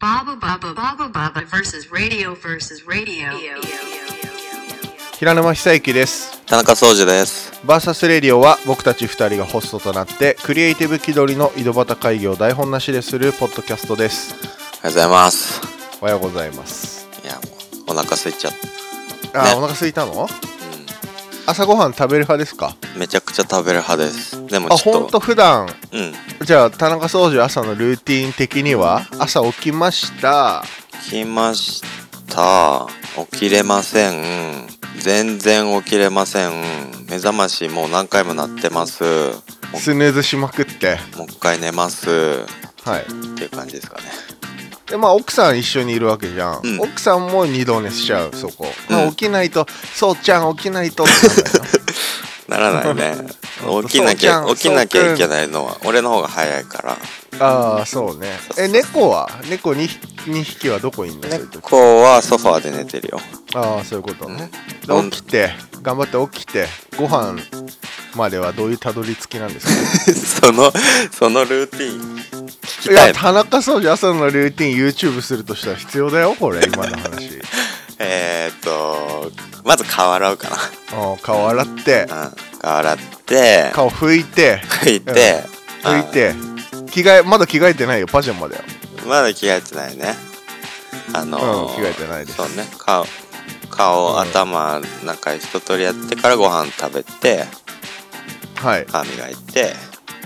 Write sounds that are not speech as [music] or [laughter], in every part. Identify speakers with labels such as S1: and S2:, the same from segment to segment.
S1: Baba Baba Baba Baba versus radio versus radio.
S2: 平沼久之です
S3: 田中壮司です。
S2: バーサスレディオは僕たち2人がホストとなってクリエイティブ気取りの井戸端会議を台本なしでするポッドキャストです
S3: おはようございます。
S2: おはようございます
S3: いや、もうお腹空いちゃっ
S2: あ、
S3: ね
S2: お腹空いたの朝ごはん食べる派ですか
S3: うん。めちゃくちゃ食べる派です。でも
S2: あ
S3: ちょ
S2: ほん
S3: っ
S2: と
S3: と、
S2: 普段
S3: うん。
S2: じゃあ田中掃除朝のルーティン的には朝起きました
S3: 来ました。起きれません。全然起きれません。目覚ましもう何回も鳴ってます。も
S2: スヌーズしまくって
S3: もう一回寝ます。
S2: はい
S3: っていう感じですかね。
S2: でまあ奥さん一緒にいるわけじゃん、
S3: うん
S2: 奥さんも二度寝しちゃうそこ、
S3: うん
S2: 起きないと「そうちゃん起きないと」ってなんだよ
S3: な
S2: [laughs]
S3: らないね
S2: ほん。と
S3: 起きなきゃ、
S2: そう
S3: 起
S2: ちゃ
S3: き
S2: ん
S3: な
S2: そ
S3: きゃ
S2: うくん
S3: いけないのは、俺の方が早いから。
S2: ああそうねえ猫は猫 2, 匹はどこいんのそういう時
S3: 猫はソファーで寝てるよ。 [laughs]
S2: ああそういうことね、
S3: う
S2: で
S3: ん
S2: 起きて頑張って起きてご飯まではどういうたどり着きなんですか
S3: その、そのルーティン、 [laughs] 聞き
S2: い
S3: た
S2: や
S3: いな。
S2: 田中掃除朝のルーティン YouTube するとしたら必要だよこれ今の話
S3: [laughs] えー、っと、まず顔洗うか
S2: うん顔洗って
S3: な。 [laughs] うん。顔洗って、
S2: 顔拭いて
S3: 拭いて、
S2: 拭いて着替えまだ着替えてないよパジャマだよ
S3: あ。まだ着替えてないね。あのー
S2: うん着替えてないです
S3: そうね。顔、顔、
S2: うん
S3: 頭、中一通りやってからご飯食べて、
S2: はい
S3: 歯磨いて、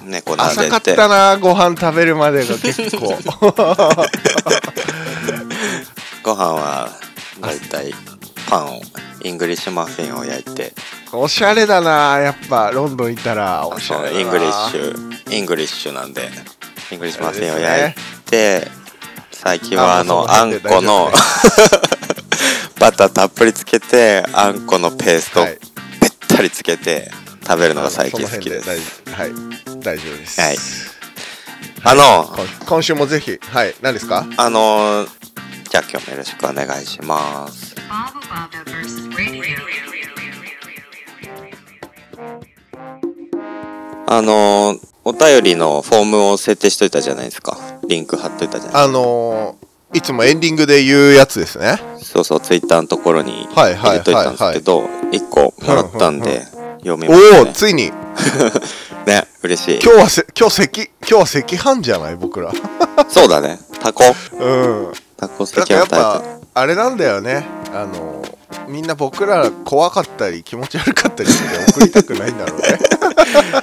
S3: 猫撫
S2: 浅かっ
S3: でて。
S2: たなご飯食べるまでが結構
S3: [laughs] ご飯は、だいたいパンを、イングリッシュマフィンを焼いて、
S2: おしゃれだなやっぱロンドンいたらおしゃれだな
S3: イングリッシュイングリッシュなんでイングリッシュマフィンを焼いて、最近はあの
S2: あ
S3: あ
S2: もうんその
S3: こ
S2: 辺で大丈夫
S3: のバターたっぷりつけてあんこのペーストを
S2: はい
S3: ぺったりつけて食べるのが最近好きです
S2: あのその辺で大はい大丈夫です、
S3: はいあの
S2: 今今週もぜひはい何ですか
S3: あのじゃあ今日もよろしくお願いします
S1: Baba Baba versus radio.
S3: あのお便りのフォームを設定しといたじゃないですかリンク貼っといたじゃない
S2: あのーいつもエンディングで言うやつですね
S3: そうそうツイッターのところに
S2: は
S3: 入
S2: いはい
S3: れといたんですけど1個もらったんで読み
S2: お
S3: ます
S2: お
S3: ね
S2: ーついに
S3: [laughs] ね、嬉しい。
S2: 今日はせ今日赤今日赤飯じゃない僕ら
S3: そうだね。タコ。
S2: うん
S3: タコス
S2: なん
S3: テ
S2: か
S3: キ
S2: やっ
S3: を食べ
S2: ぱあれなんだよねあのーみんな僕ら怖かったり気持ち悪かったりして送りたくないんだ
S3: [laughs]
S2: ろうね、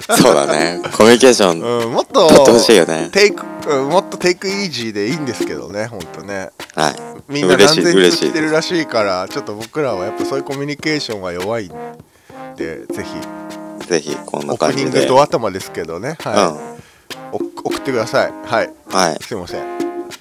S3: た。そうだね。コミュニケーション取
S2: うん、もっと
S3: ってほしいよね。
S2: テイク、うん、もっとテイクイージーでいいんですけどねほんとね
S3: はい。
S2: みんな
S3: 嬉
S2: 何
S3: しい
S2: 千
S3: 嬉
S2: 通
S3: しい
S2: 来てるらしいからちょっと僕らはやっぱそういうコミュニケーションは弱いんでぜひ
S3: ぜひ、こ
S2: オ
S3: ん
S2: ー
S3: な
S2: プ
S3: 感
S2: ニン
S3: じ
S2: グ
S3: で。
S2: ド頭ですけどね、は
S3: う
S2: いお送ってくださいはい
S3: ん。はい。
S2: すいません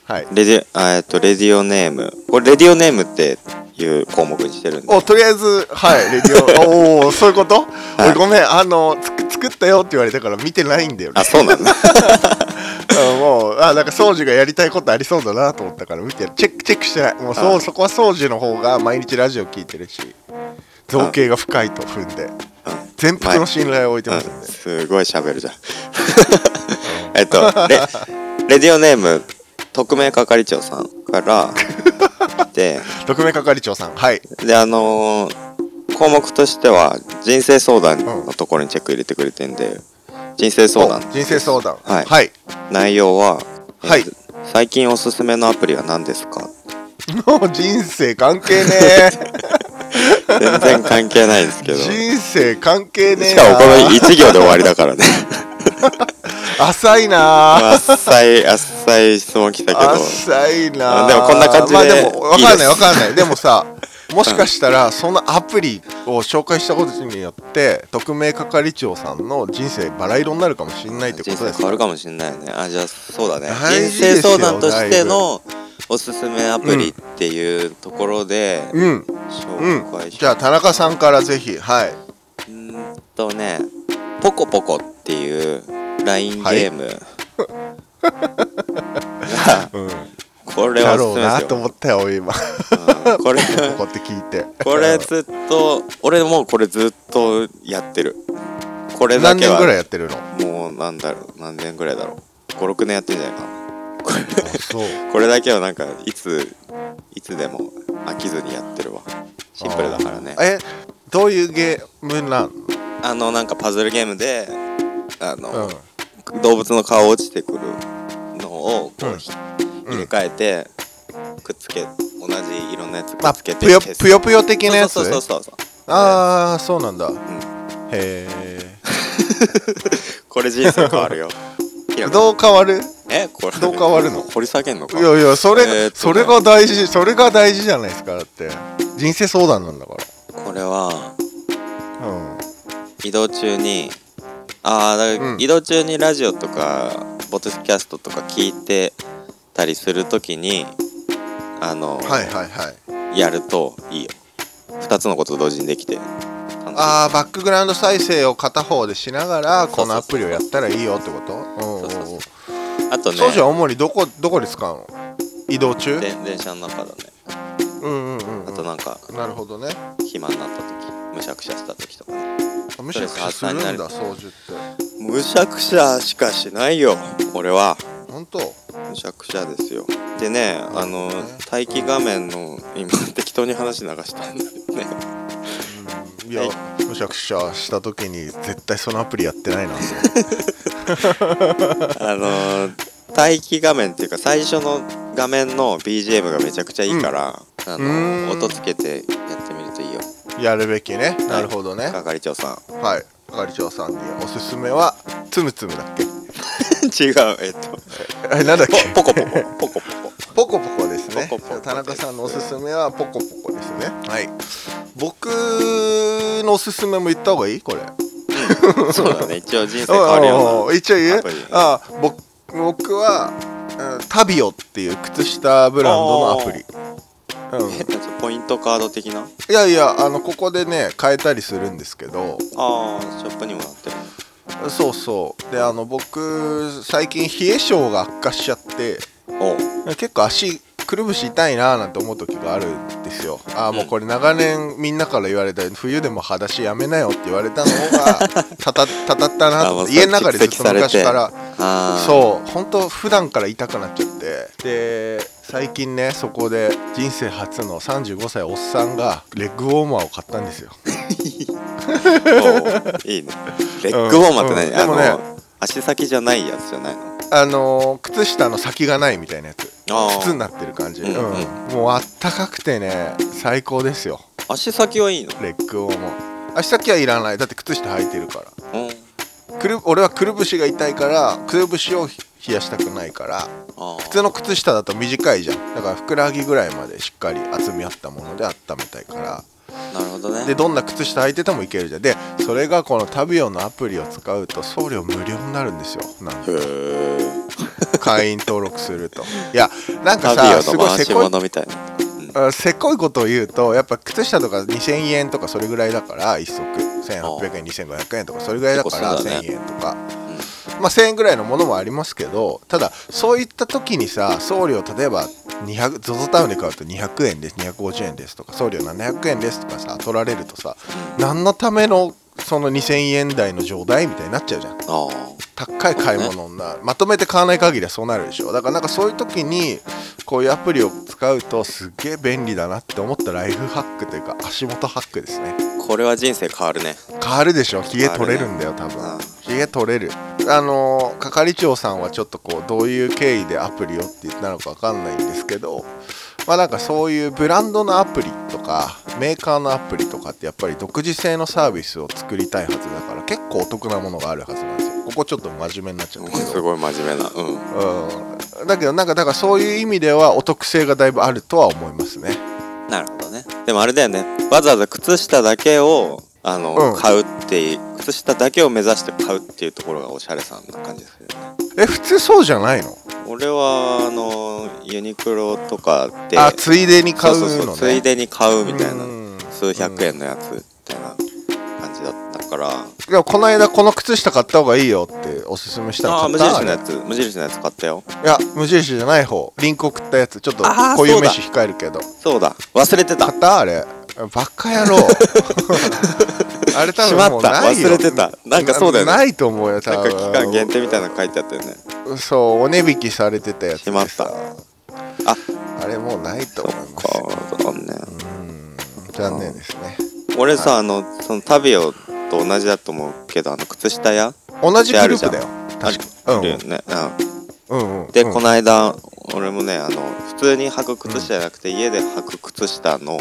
S2: はい
S3: レディ、あえっと、レディオネーム。これ、レディオネームっていう項目にしてるんで。
S2: おとりあえずはいレディオおおそういうこと、
S3: はい
S2: おいごめんあのつく作ったよって言われたから見てないんだよね
S3: あ、そうなんだ。
S2: うんもうあなんか掃除がやりたいことありそうだなと思ったから見てチェックチェックしてないもうそ
S3: は
S2: う
S3: い
S2: そこは掃除の方が毎日ラジオ聞いてるし造形が深いと踏んで
S3: うん
S2: 全幅の信頼を置いてますんで、
S3: うんすごい喋るじゃん。 [laughs] えっと、レ、レディオネーム、匿名係長さんから、で、
S2: 特命係長さんはい
S3: であのー項目としては人生相談のところにチェック入れてくれてんで、人生相談
S2: お人生相談
S3: はい
S2: はい、
S3: 内容は、
S2: はい
S3: と最近おすすめのアプリは何ですか
S2: もう人生関係ね
S3: [laughs] 全然関係ないんです
S2: え
S3: けどし
S2: 人生関係ねえな
S3: かもこの一行で終わりだから
S2: [laughs]
S3: ね
S2: 浅いな
S3: あっさいあっさい質問来たけど
S2: 浅いな
S3: あでもこんな感じで
S2: まあでも分かんない
S3: いいです
S2: 分かんないでもさ
S3: [laughs]
S2: もしかしたらそのアプリを紹介したことによって特命係長さんの人生バラ色になるかもしれないってこ
S3: 人
S2: とで
S3: 生
S2: す
S3: 変わ
S2: よ
S3: るかもしれないねあじゃあそうだね
S2: 大
S3: 人
S2: 事です
S3: 生
S2: よ
S3: 相談としてのおすすめアプリっていうところで
S2: うん
S3: 紹介し
S2: じゃあ田中さんからぜひはいう
S3: ーんとねポコポコっていうラインゲーム、 [laughs]
S2: うん
S3: これ
S2: だ
S3: は
S2: ろ
S3: お
S2: う
S3: すすめで
S2: な
S3: すよ
S2: と思ったよ今こ
S3: うんこれ
S2: うやって聞いて
S3: これずっと俺もうこれずっとやってるこれだ
S2: [laughs] 何
S3: け
S2: 年
S3: は
S2: ぐらいやってるの
S3: もうなんだろう何年ぐらいだろう56年やってんじゃないかなこれ
S2: そう
S3: これだけはなんかいついつでも飽きずにやってるわシンプルだからね
S2: えどういうゲームなん
S3: あのなんかパズルゲームであ
S2: うん
S3: の、動物の顔落ちてくるのをこう、
S2: うん
S3: 入れ替えてくっつけ同じ色のやつく
S2: まあ
S3: っつけて
S2: ぷよ
S3: 消す
S2: ぷよぷよ的なやつ
S3: そうそうそうそう [laughs]
S2: ああそうなんだ、へえ
S3: これ人生変わ
S2: [laughs]
S3: るよひらこ
S2: どう変わる
S3: えこれ
S2: どう変わるの
S3: 掘り下げんの
S2: い
S3: か
S2: やいやそれ、
S3: えーっとね
S2: それが大事それが大事じゃないですかだって人生相談なんだか
S3: これは
S2: らうん
S3: 移動中にああだから
S2: うん
S3: 移動中にラジオとかボッドキャストとか聞いてたりするときにあの、
S2: はいはいはい
S3: やるといいよ2つのこと同時にできて
S2: ああバックグラウンド再生を片方でしながら
S3: そうそうそう
S2: このアプリをやったらいいよってことうん
S3: そうそう
S2: うん
S3: そううんあとね
S2: そうじゃん主にどこどこで使うの移動中
S3: で電車の中だね
S2: うんうんうん
S3: あとなんか
S2: なるほどね
S3: 暇になった時むしゃくしゃした時とかね
S2: むしゃくしゃするんだ掃除って
S3: むしゃくしゃしかしないよ俺は
S2: 本当
S3: むしゃくしゃですよでねあの
S2: ね
S3: 待機画面の今適当に話流したんだけどね
S2: いや、
S3: は
S2: むしゃくしゃした時に絶対そのアプリやってないな
S3: あのー待機画面っていうか最初の画面の BGM がめちゃくちゃいいから、あのー
S2: うーん
S3: 音つけてやってみるといいよ
S2: やるべき [laughs] ねなるほどね
S3: 係長さん [laughs]
S2: はい係長さんにおすすめはつむつむだっけ [laughs]
S3: 違うえっと
S2: えなんだっけ
S3: ポコポコポコポコ
S2: ポコポコですね
S3: ポコポコ
S2: 田中さんのおすすめはポコポコですねはい僕のおすすめも言った方がいいこれ [laughs]
S3: そうだね一応人生変わるよ
S2: おうおう一応言
S3: ア
S2: う
S3: プリ
S2: あ僕僕は、うんタビオっていう靴下ブランドのアプリうん
S3: なえなんかポイントカード的ない
S2: やいやあのここでね変えたりするんですけど
S3: ああショップにもなってる
S2: そうそうであの僕最近冷え性が悪化しちゃって
S3: おう
S2: 結構足くるぶし痛いなーなんて思う時があるんですよああもうこれ長年みんなから言われた冬でも裸足やめなよって言われたの
S3: [laughs]
S2: がたたたたった
S3: あ
S2: な
S3: も
S2: っ
S3: う
S2: て家の中でずっと
S3: 蓄積されて
S2: 昔から
S3: あー
S2: そう本当普段から痛くなっちゃってで最近ねそこで人生初の35歳おっさんがレッグウォーマーを買ったんですよ
S3: おういいねレッグウォーマーって何、
S2: うん
S3: あの
S2: でも
S3: 足先じゃないやつじゃないの
S2: あのー靴下の先がないみたいなやつ
S3: あー
S2: 筒になってる感じ、
S3: う
S2: うんん
S3: うん
S2: もうあったかくてね最高ですよ
S3: 足先はいいの、
S2: レッグウォーマー足先はいらないだって靴下履いてるか
S3: うん、
S2: らくる俺はくるぶしが痛いからくるぶしを冷やしたくないから
S3: あー
S2: 普通の靴下だと短いじゃんだからふくらはぎぐらいまでしっかり厚みあったもので温めたいから
S3: なるほどね
S2: でどんな靴下履いててもいけるじゃんでそれがこのタビオのアプリを使うと送料無料になるんですよなん
S3: [laughs] へ
S2: と
S3: ー
S2: 会員登録するといやなんか
S3: タビ
S2: さ
S3: オ
S2: す
S3: の
S2: ごい
S3: 回
S2: せ
S3: し
S2: こい
S3: 物みたいな
S2: あせっこいことを言うとやっぱ靴下とか2000円とかそれぐらいだから1足1800円2500円とかそれぐらいだから
S3: 結構するだね
S2: 1000円とか、まあ1000円ぐらいのものもありますけどただそういった時にさ送料例えば ZOZO タウンで買うと200円です250円ですとか送料700円ですとかさ取られるとさ何のためのその2000円台の状態みたいになっちゃうじゃん
S3: ああ
S2: 高い買い物になる、まとめて買わない限りはそうなるでしょだからなんかそういう時にこういうアプリを使うとすっげえ便利だなって思ったライフハックというか足元ハックですね
S3: これは人生変わるね
S2: 変わるでしょヒゲ取れるんだよ多
S3: あ
S2: 分
S3: ー
S2: ヒゲ取れるあのー係長さんはちょっとこうどういう経緯でアプリをって言ったのか分かんないんですけどまあなんかそういうブランドのアプリとかメーカーのアプリとかってやっぱり独自性のサービスを作りたいはずだから結構お得なものがあるはずなんですよここちょっと真面目になっちゃったけど
S3: すごい真面目なうん
S2: うんだけどなんかだからそういう意味ではお得性がだいぶあるとは思いますね
S3: なるほどねでもあれだよねわざわざ靴下だけをあの、
S2: うん
S3: 買うっていう靴下だけを目指して買うっていうところがおしゃれさんな感じですよね
S2: え普通そうじゃないの
S3: 俺はあのユニクロとかで
S2: あついでに買うの
S3: そ
S2: ね
S3: そそついでに買うみたいな
S2: うん
S3: 数百円のやつみたいな感じだったから
S2: いやこの間この靴下買った方がいいよっておすすめしたの
S3: あ
S2: 買
S3: あ無
S2: った
S3: 印のや
S2: あれ
S3: つ無印のやつ買ったよ
S2: いや無印じゃない方リンク送ったやつちょっと
S3: あー
S2: こうい
S3: そう
S2: う
S3: だ
S2: 飯控えるけど
S3: そうだ忘れてた
S2: 買ったあれバカ野
S3: [laughs]
S2: 郎あれ多
S3: し
S2: 分
S3: ま
S2: も
S3: っ
S2: う
S3: た
S2: ないよ
S3: 忘れてたなんかそうだよね
S2: ないと思うよ多
S3: なんか
S2: 分
S3: 期間限定みたいなの書いてあったよね
S2: そうお値引きされてたやつで
S3: しま
S2: さ
S3: たあ
S2: あれもうないと
S3: そ
S2: 思
S3: っ
S2: いますよ
S3: か残念
S2: 残念ですね
S3: 俺さあのその旅をと同じだと思うけどあの靴下屋
S2: 同じグループだよ
S3: あ
S2: 確か
S3: るよね、う
S2: うんうんうん
S3: ん、で、この間俺もねあの普通に履く靴下じゃなくて、家で履く靴下の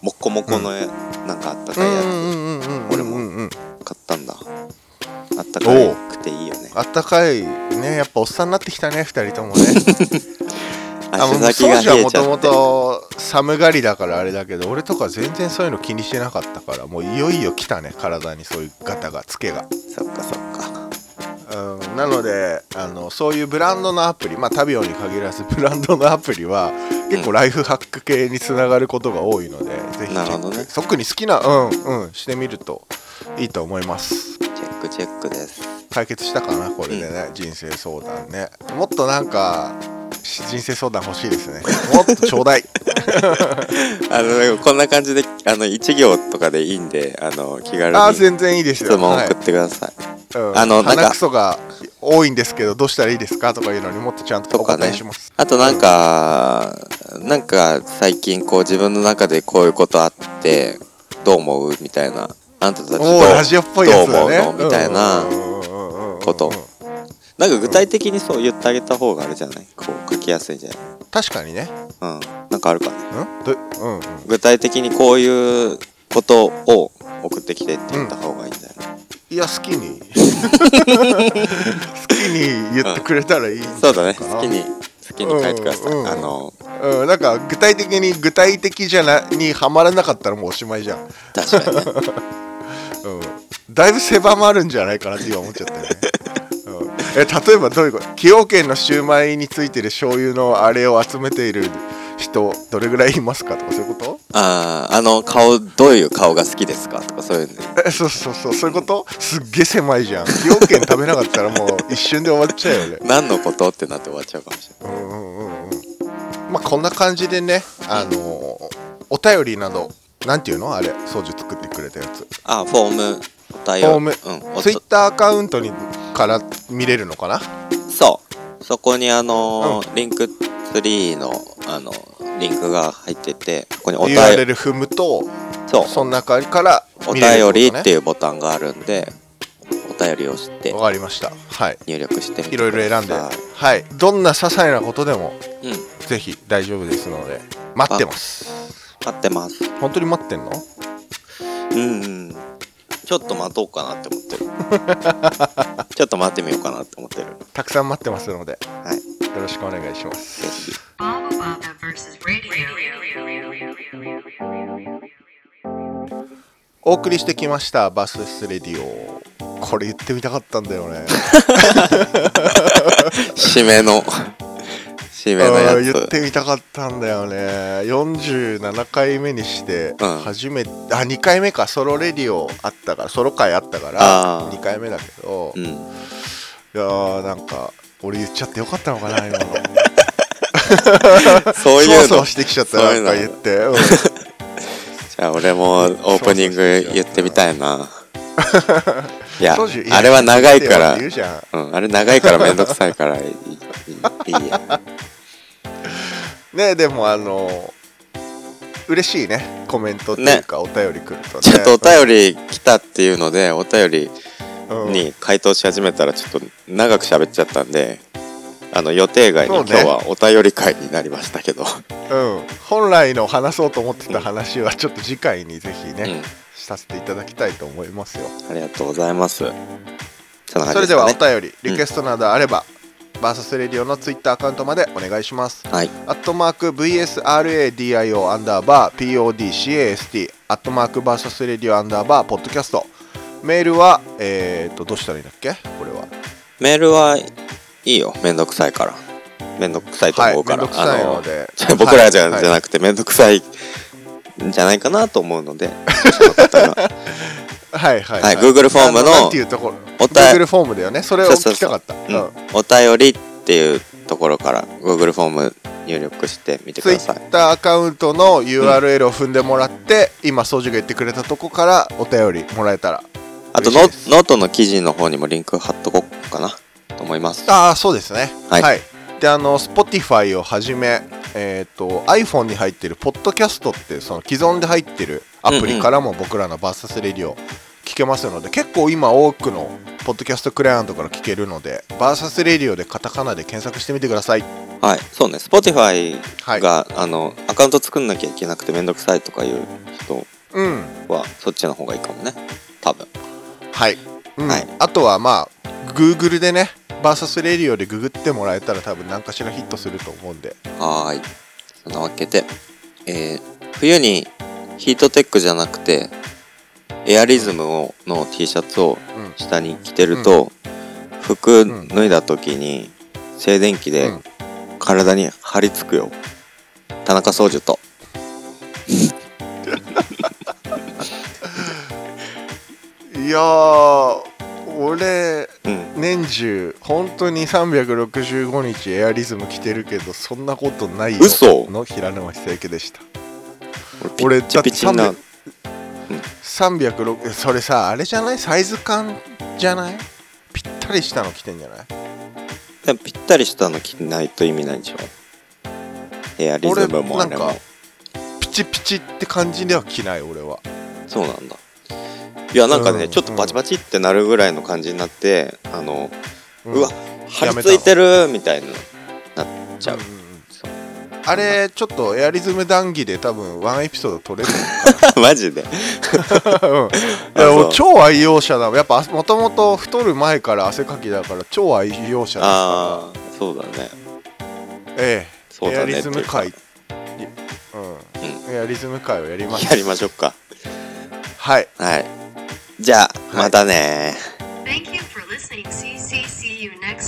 S3: モコモコの、なんかあった
S2: う
S3: かいや
S2: んうんうんうん
S3: 俺も
S2: も
S3: つ買ったんだあったかいくていいよね
S2: あったかいねやっぱおっさんになってきたね二人
S3: [laughs]
S2: ともねあ
S3: 足
S2: の当
S3: 先が
S2: 時は
S3: 冷え
S2: も
S3: ちゃ
S2: とも
S3: って
S2: と寒がりだからあれだけど俺とか全然そういうの気にしてなかったからもういよいよ来たね体にそういうガタがつけが
S3: そっかそっか
S2: うんなのであのそういうブランドのアプリまあタビオに限らずブランドのアプリは結構ライフハック系につながることが多いので、ぜひチェ
S3: なるほ
S2: ッ
S3: ど
S2: ク、
S3: ね
S2: 特に好きなうんうんしてみるといいと思います
S3: チェックチェックです
S2: 解決したかなこれでね、人生相談ねもっとなんかし人生相談欲しいですねもっとちょうだい
S3: あのなんかこんな感じであの1行とかでいいんで [laughs] あの気軽
S2: あー
S3: に
S2: 全然いいですよ
S3: 質問
S2: はい
S3: 送ってください、
S2: うん、
S3: あのなんか
S2: 鼻くそが多いんですけどどうしたらいいですかとかいうのにもっとちゃんと
S3: と
S2: お
S3: か
S2: 答え
S3: ね
S2: します、
S3: あとなんか、なんか最近こう自分の中でこういうことあってどう思うみたいなあんたたちどう
S2: おおラジオっぽいやつだね
S3: どう思うのみたいな
S2: こ
S3: こ
S2: と
S3: なんか具体的にそう言ってあげた方があれじゃないこう書きやすいんじゃ
S2: 確かにね
S3: ないうんなんかあるかね
S2: うんどうんうん
S3: 具体的にこういうことを送ってきてって言った方がいいんじゃない、
S2: いや好き
S3: [laughs]
S2: に好きに言ってくれたらいい、
S3: そうだね
S2: かな
S3: 好きに好きに書いてください、
S2: うんうん
S3: あの
S2: うん、なんか具体的に具体的じゃなにはまらなかったらもうおしまいじゃん、う
S3: 確かにね
S2: ん、だいぶ狭まるんじゃないかなって今思っちゃったよね、うん、え例えばどういうこと崎陽軒のシューマイについてる醤油のあれを集めている人どれぐらいいますかとかそういうこ
S3: あーあの顔どういう顔が好きですかとかそういうの
S2: とえ [laughs] そうそうそうそういうことすっげえ狭いじゃん崎陽軒食べなかったらもう一瞬で終わっちゃうよね
S3: 何のことってなって終わっちゃうかもしれない
S2: うんうんうんうんまあこんな感じでねあのお便りなどなんていうのあれ掃除作ってくれたやつ
S3: あ、フォーム、お便り。
S2: フォーム
S3: うん、お
S2: ツイッ
S3: と
S2: ターアカウントにから見れるのかな
S3: そう。そこにあのーリンク3の、あの、リンクが入ってて、ここにお便
S2: URL 踏むと
S3: り、そう、
S2: その中から
S3: お
S2: 見れる
S3: 便りって
S2: い
S3: いうボタンがあるんで、お便りを押して
S2: わかりましたはい
S3: 入力してみて
S2: いろいろ
S3: くだ
S2: 選んで
S3: さ
S2: はいどんな些細なことでも
S3: いうん、
S2: ぜひ大丈夫ですので待ってます
S3: 待ってます。
S2: 本当に待ってんの
S3: うんうん。ちょっと待とうかなって思ってる。
S2: [laughs]
S3: ちょっと待ってみようかなって思ってる。
S2: たくさん待ってますので
S3: は
S2: [laughs]
S3: い。
S2: よろしくお願いします
S3: ぜひ。
S1: Baba Baba versus radio.
S2: お送りしてきましたバススレディオこれ言ってみたかったんだよね
S3: 締めの、締めの
S2: あー
S3: や
S2: 言っ
S3: つ。
S2: てみたかったんだよね47回目にして
S3: うん
S2: 初めて、あ2回目かソロレディオあったからソロ回あったから
S3: あー
S2: 2回目だけど、
S3: う
S2: い
S3: ん。
S2: やーなんか俺言っちゃってよかったのか
S3: [laughs]
S2: な今の
S3: そう
S2: そ
S3: いうう
S2: そ
S3: の
S2: う。してきちゃった
S3: [laughs] そう
S2: な
S3: いうんの
S2: か言ってうん
S3: じゃあ俺もオープニング言ってみたい
S2: [laughs]
S3: な。いや
S2: そうじゃん、
S3: あれは長いか
S2: や
S3: ら、
S2: 言うじゃん
S3: うん、あれ長いからめんどくさ
S2: [laughs]
S3: いからいいいいいいや。
S2: ねでもあの嬉しいねコメントっていうか、お便り来るとね
S3: ちょっとお便り来たっていうので、お便り
S2: うん
S3: に回答し始めたらちょっと長く喋っちゃったんで、あの予定外に
S2: そう
S3: 今
S2: ね
S3: 日はお便り会になりましたけど、
S2: うん、本来の話そうと思ってた話はちょっと次回にぜひね、
S3: うん
S2: させていただきたいと思いますよ、
S3: ありがとうございます。そんな
S2: そ
S3: 感
S2: れ
S3: じ
S2: です
S3: か
S2: はお
S3: ね
S2: 便りリクエストなどあれば、バーサスレディオのツイッターアカウントまでお願いします
S3: はい、
S2: アットマーク VSRADIO アンダーバー PODCAST アットマークバーサスレディオアンダーバーポッドキャストメールはえー、っとどうしたらいいんだっけこれは
S3: メールはいいよ、めんどくさいから。めんどくさいと
S2: はい
S3: 思う
S2: め
S3: か
S2: ん
S3: ら。
S2: どくさいので
S3: じゃあ [laughs] 僕らじゃ,、
S2: はい
S3: じゃなくて面倒くさいんじゃないかなと思う
S2: [laughs]
S3: のでその方が
S2: はいはい
S3: はい Google フォームの
S2: あなんていうところ
S3: おた
S2: Google フォームだよねそれを
S3: そうそう
S2: 聞き
S3: そ
S2: た
S3: う
S2: かった
S3: うんお便りっていうところから Google フォーム入力してみてく
S2: ツイ
S3: ださい
S2: ッターアカウントの URL を踏んでもらって、今掃除が言ってくれたとこからお便りもらえたら
S3: あと
S2: 嬉しい
S3: ノ
S2: です
S3: ノートの記事の方にもリンク貼っとこうかなと思い思います。
S2: ああそうですねは、
S3: はいい
S2: であの Spotify をはじめえー、と iPhone に入ってるポッドキャストってその既存で入ってるアプリからも僕らのバーサスレディオ聞けますので、結構今多くのポッドキャストクライアントから聞けるのでバーサスレディオでカタカナで検索してみてください
S3: はい、そうね、Spotify
S2: はい
S3: が、あのアカウント作んなきゃいけなくてめんどくさいとかいう人
S2: うん
S3: はそっちの方がいいかもね。多分。
S2: はい、うん
S3: はい
S2: あとはまあ Google でねバーサスレディオでググってもらえたら多分何かしらヒットすると思うんで
S3: はーい。そんなわけで、えー冬にヒートテックじゃなくて、エアリズムをの T シャツを
S2: うん
S3: 下に着てると、服
S2: うん
S3: 脱いだ時に静電気で
S2: うん
S3: 体に張り付くよ。田中宗樹と。
S2: いやー俺
S3: うん。
S2: 年中本当に365日エアリズム着てるけどそんなことないよ
S3: 嘘
S2: の平沼久之でした
S3: 俺
S2: 俺
S3: ピッチピチ
S2: だ
S3: な
S2: って。306それさあれじゃないサイズ感じゃないぴったりしたの着てんじゃない
S3: でもぴったりしたの着ないと意味ないでしょ。エアリズムもあ
S2: 俺な
S3: れ
S2: んか。
S3: も
S2: ピチピチって感じでは着ない俺は
S3: そうなんだ。いや、なんかね、
S2: うん
S3: ちょっとバチバチってなるぐらいの感じになって、あの、うんわ、張り付いてるみたいな、なっちゃう。
S2: んんん
S3: そう
S2: あれちょっとエアリズム談義で多分ワンエピソード取れる [laughs]
S3: [laughs] マジで。
S2: うんい
S3: あ
S2: や
S3: そう
S2: 俺超愛用者だもんやっぱもともと太る前から汗かきだから超愛用者だか
S3: ああ、そうだね。
S2: らええ、
S3: そう
S2: エ
S3: だ
S2: ア
S3: ね
S2: リズム会
S3: って
S2: うん、エアリズム会をやりま
S3: や
S2: す
S3: りましょうか。
S2: はい
S3: はい。じゃあ、またね
S1: Thank you for listening. CCC you next